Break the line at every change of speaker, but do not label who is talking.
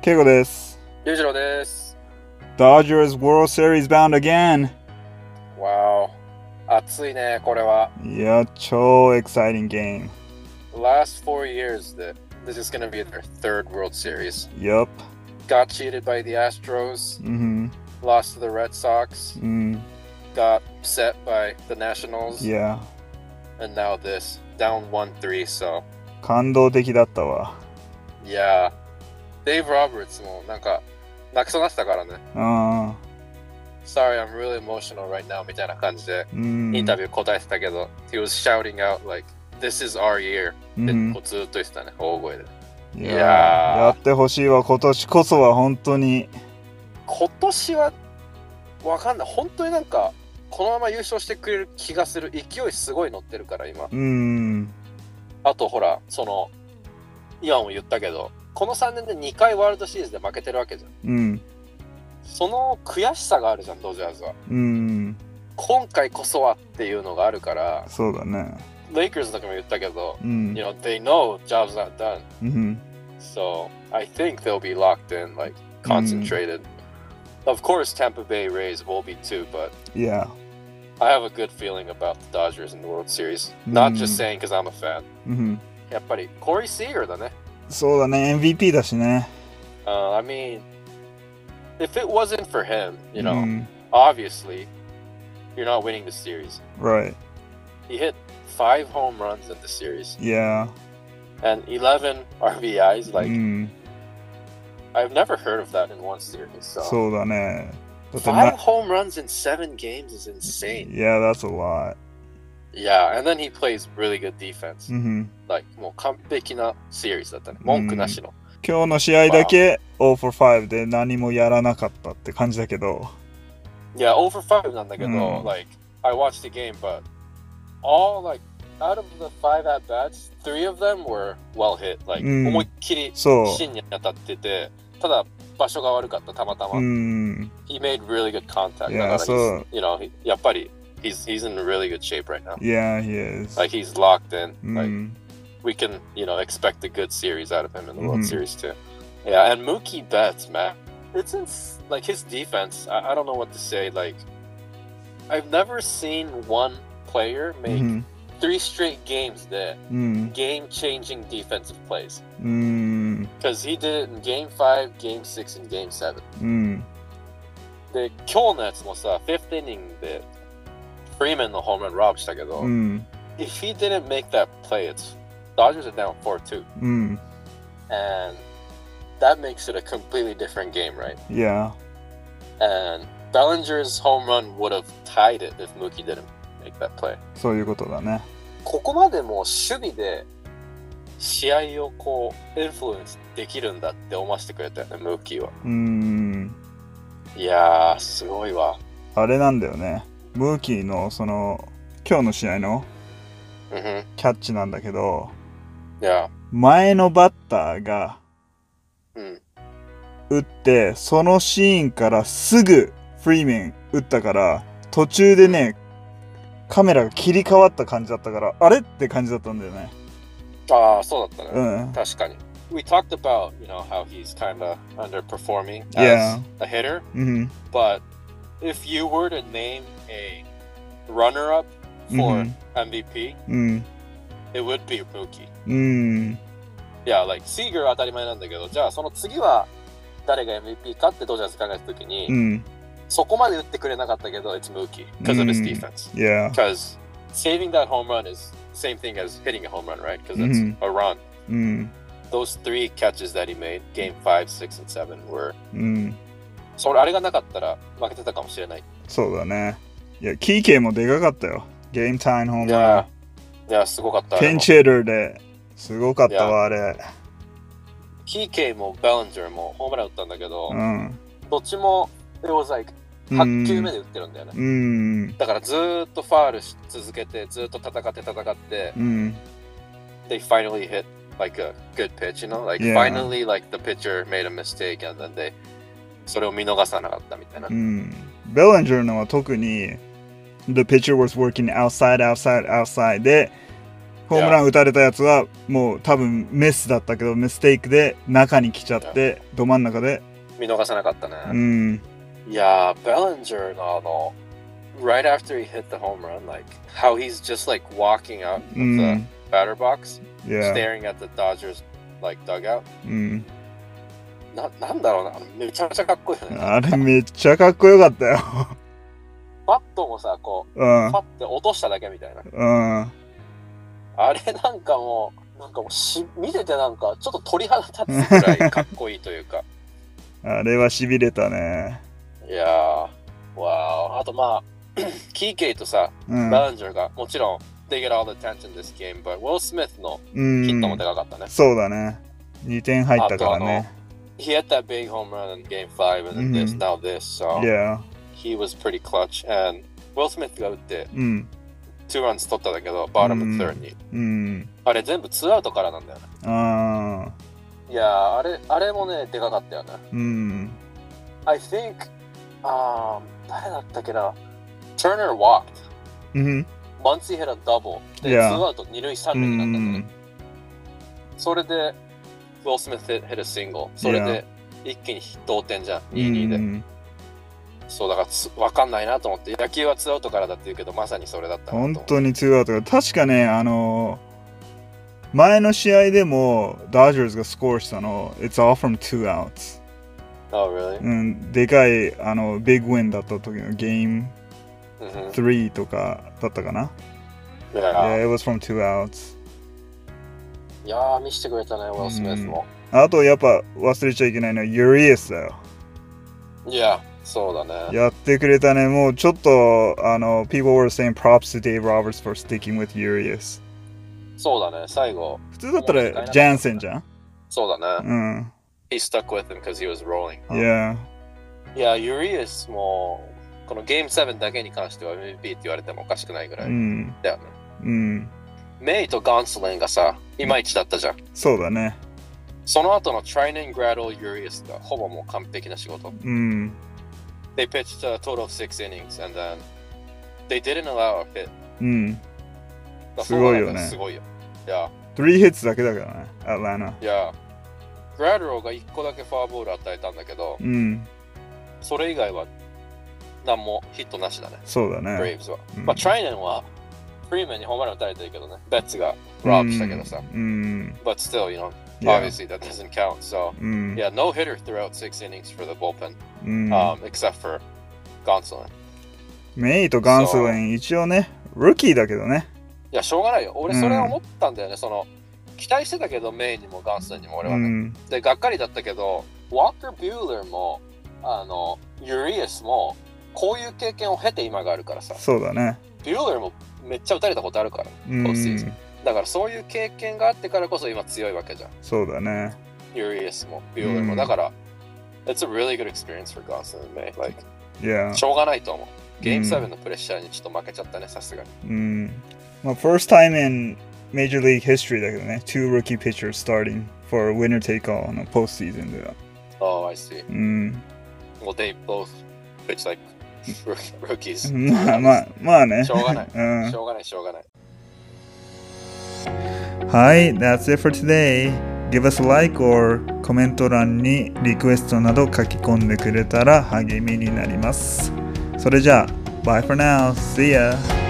ケイゴです。
裕次郎です。
Dodgers World Series bound again!
わお。暑いね、これは。
いや、超 exciting game.
Last four years, that this is going to be their third World Series.
Yup.
Got cheated by the Astros,
うん。
lost to the Red Sox,
うん。
got set by the Nationals,
いや、
and now this. Down 1 3, so
感動的だったわ。
yeah. Dave Roberts もなんか泣きそうになってたからね。
うん。
Sorry, I'm really emotional right now みたいな感じで
うん。
インタビュー答えてたけど、He was shouting out like, This is our year
う
って
ん
こうずっと言ってたね、大声で。
い
いや
や
ー
やってほしいわ。今年こそは本当に。
今年はわかんない本当になんかこのまま優勝してくれる気がする勢いすごい乗ってるから今
うん。
あとほらその今も言ったけどこの3年で2回ワールドシリーズで負けてるわけじゃん
うん。
その悔しさがあるじゃんドジャーズは
うん。
今回こそはっていうのがあるから
そうだね。
レイクルズとかも言ったけど
う
You
ん。
know they know job's not done
うん。
so I think they'll be locked in like concentrated、Of course Tampa Bay Rays will be too but
いや。
I have a good feeling about the Dodgers in the World Series. Not
Mm.
just saying because I'm a fan.
うん。
やっぱり Corey Seager だね。
そうだね。MVP だしね。
Uh, I mean, if it wasn't for him, you know,
うん。
obviously, you're not winning the series.
Right.
He hit five home runs in the series
いや。
and 11 RBIs.
う
Like
ん。
I've never heard of that in one series. So,
そうだね。だってな
five home runs in seven games is insane.
Yeah, that's a lot.
Yeah, and then he plays really good defense.
うん、
Like もう完璧な series
Mm.
だったね。文句なしの。
今日の試合だけ0 for 5で何もやらなかったって感じだけど。
Yeah, over five なんだけど、
うん
like I watched the game, but all like out of the five at bats, three of them were well hit. Like、
うん
思いっきり
そ
芯に当たってて、ただ場所が悪かったたまたま。
う。うん。
He made really good contact.
いや
だから
そう
he's- you know, he- やっぱり he's he's in really good shape right now.
Yeah, Hmm. he is.
Like he's locked in.
う
Like
ん。
we can you know expect a good series out of him in the
うん
World Series too. Yeah, and Mookie Betts, man, it's ins- like his defense. I-, I don't know what to say. Like, I've never seen one player
う
make
ん。
three straight games the
うん。
game-changing defensive plays
うん。
because he did it in Game Five, Game Six, and Game Seven.
うん。
The Kilnets was uh, fifth inning the Freeman the home run robbed したけど、
うん。
If he didn't make that play, it's Dodgers are down four two.
うん。
and that makes it a completely different game, right?
Yeah.
And Bellinger's home run would have tied it if Mookie didn't make that play.
そういうことだね。
ここまでもう守備で試合をこうインフルエンスできるんだって思わせてくれたよね、ムーキーは。
うん。
いやー、すごいわ。
あれなんだよね。ムーキーのその今日の試合の
うんふん。
キャッチなんだけど、
いや、
前のバッターが
うん。
打ってそのシーンからすぐフリーメン打ったから途中でねカメラが切り替わった感じだったからあれって感じだったんだよね
ああ、そうだった
う
ね。
ん
確かに。We talked about, you know, how he's kind of underperforming as
Yeah.
a hitter.
うん、
But if you were to name a runner up for
Mhm.
MVP,
うん、
it would be Mookie.
うん、
Yeah, like Seager は当たり前なんだけど、じゃあその次は誰が MVP かってドジャース考えたときに、
うん、
そこまで打ってくれなかったけど、it's Mookie because of his
うん
defense.
いや、
Because saving that home run is the same thing as hitting a home run, right? Because it's
Mhm.
a run.
うん、
Those three catches that he made, game five, six, and seven, were
うん、
それあれがなかったら負けてたかもしれない。
そうだね。いや、キーケーもでかかったよ。ゲームタイムホームラン。
いや、すごかった。
ピンチェルですごかったわ、あれ。
TK もバランジャーもホームラン打ったんだけど、
うん。
どっちも it was like 8球目で打ってるんだよね、
うん、
だからずーっとファールし続けてずーっと戦って戦って、
うん、
they finally hit like a good pitch you know like、
Yeah.
finally like the pitcher made a mistake and then they それを見逃さなかったみたいな、
うん。ベランジャーのは特に、The pitcher was working outside, outside, outside で、ホームラン打たれたやつはもう多分メスだったけどミステイクで中に来ちゃってど真ん中で
見逃さなかったね。
うん
Yeah, Bellinger, no, no. Right after he hit the home run, like how he's just like walking out of
う
the
ん
batter box,
いや
staring at the Dodgers like dugout.
うん
ななんだろうな、めちゃめちゃかっこいいよね。
あれめっちゃかっこよかったよ
バットもさ、こ
う
う、
ん
パって落としただけみたいな。
うん
あれなんかもう、なんかもうし、見ててなんか、ちょっと鳥肌立つぐらいかっこいいというか。
あれはしびれたね
いやー、わー。あとまあ、 キーケイとさ、
うん
バランジャーが、もちろん、they get all the attention this game, but Will Smith の
うん
ヒットもでかかったね。
そうだね2点入ったからね
He hit that big home run in game five and then this,
Mhm.
now this, so
いや
he was pretty clutch. And Will Smith が打って、
うん
2 runs 取ったんだけど、bottom and third に。
うん
あれ全部2アウトからなんだよね。
あ
いやー、あれ、あれもね、でかかったよね。
ーうん
I think, um, 誰だったっけな Turner walked.
うん
Muncy hit a double. で、
Yeah.
2アウト2塁3
う
塁になったんだよね。
ん
それで、Will Smith hit, hit a single。それで、一気に同点じゃん、2-2で。
うん
そうだからつ、わかんないなと思って、野球は2アウトからだって言うけど、まさにそれだったなと思
本
って。
当にツーアウトが確かねあの前の試合でもダージャーズがスコアしたの It's all from two outs、
Oh, really?
うん、でかいあのビッグウィンだった時のゲーム
Mhm.
3とかだったかな、yeah,
Yeah.
It was from two outs
いやー、見せてくれたね、Will Smith も。
あとやっぱ忘れちゃいけないのはユリエスだよ
いや、そうだね。
やってくれたねもうちょっとあの People were saying props to Dave Roberts for sticking with Urias
そうだね、最後。
普通だったらジャンセンじゃん
そうだね。
うん
He stuck with him because he was rolling.
Yeah
いや、ユリエスも、このゲーム7だけに関しては MVP って言われてもおかしくないぐら
う
い
ん
だよね。
うん
メイとガンスレンがさ、いまいちだったじゃん。
そうだね
その後の Trinan Gradle Urias がほぼもう完璧な仕事。
うん
They pitched a total of six innings and then they didn't allow a hit.
うん
だから
すごいよね
そうなんだよすごいよ。
3 hits だけだからね Atlanta
いや、いや、グラドロが1個だけフォアボール与えたんだけど、
うん
それ以外は何もヒットなしだね、
そうだ
ブレイ
ね
ブズは。
うん
まあ、トライネンはフリーメンにホームラン打たれてるけどね、ベッツがロブしたけどさ。
うん
But still, you know,
Yeah
obviously that doesn't count. So,
うん
yeah, no hitter throughout six innings for the bullpen,
うん
um, except for Gonsolin.
メイとガンスウェン一応ねルーキーだけどね
いや、しょうがないよ。俺、
うん
それは思ったんだよね。その、期待してたけど、メインにもガンスンにも俺
う
はね。
ん
で、がっかりだったけど、ワーカー・ビューラーも、あの、ユリエスも、こういう経験を経て今があるからさ。
そうだね
ビューラーもめっちゃ打たれたことあるから。
うん
Postseason だから、そういう経験があってからこそ今強いわけじゃん。
そうだね
ユリエスも、ビューラー
う
も。
ん
だから、It's a really good experience for Gonson and May. Like,
Yeah
しょうがないと思う。ゲーム
うん
7のプレッシャーにちょっと負けちゃったね、さすがに。
うん。まあ、first time in Major League history だけどね、two rookie pitchers starting for winner take all の postseason では。
Oh, I see.
うん。
Well, they both pitch like rookies.
まあまあ、まあね。
しょうがない
うん
し。ょうがない、しょうがない。
はい、That's it for today. Give us a like or コメント欄にリクエストなど書き込んでくれたら励みになります。それじゃあ、Bye for now. See ya!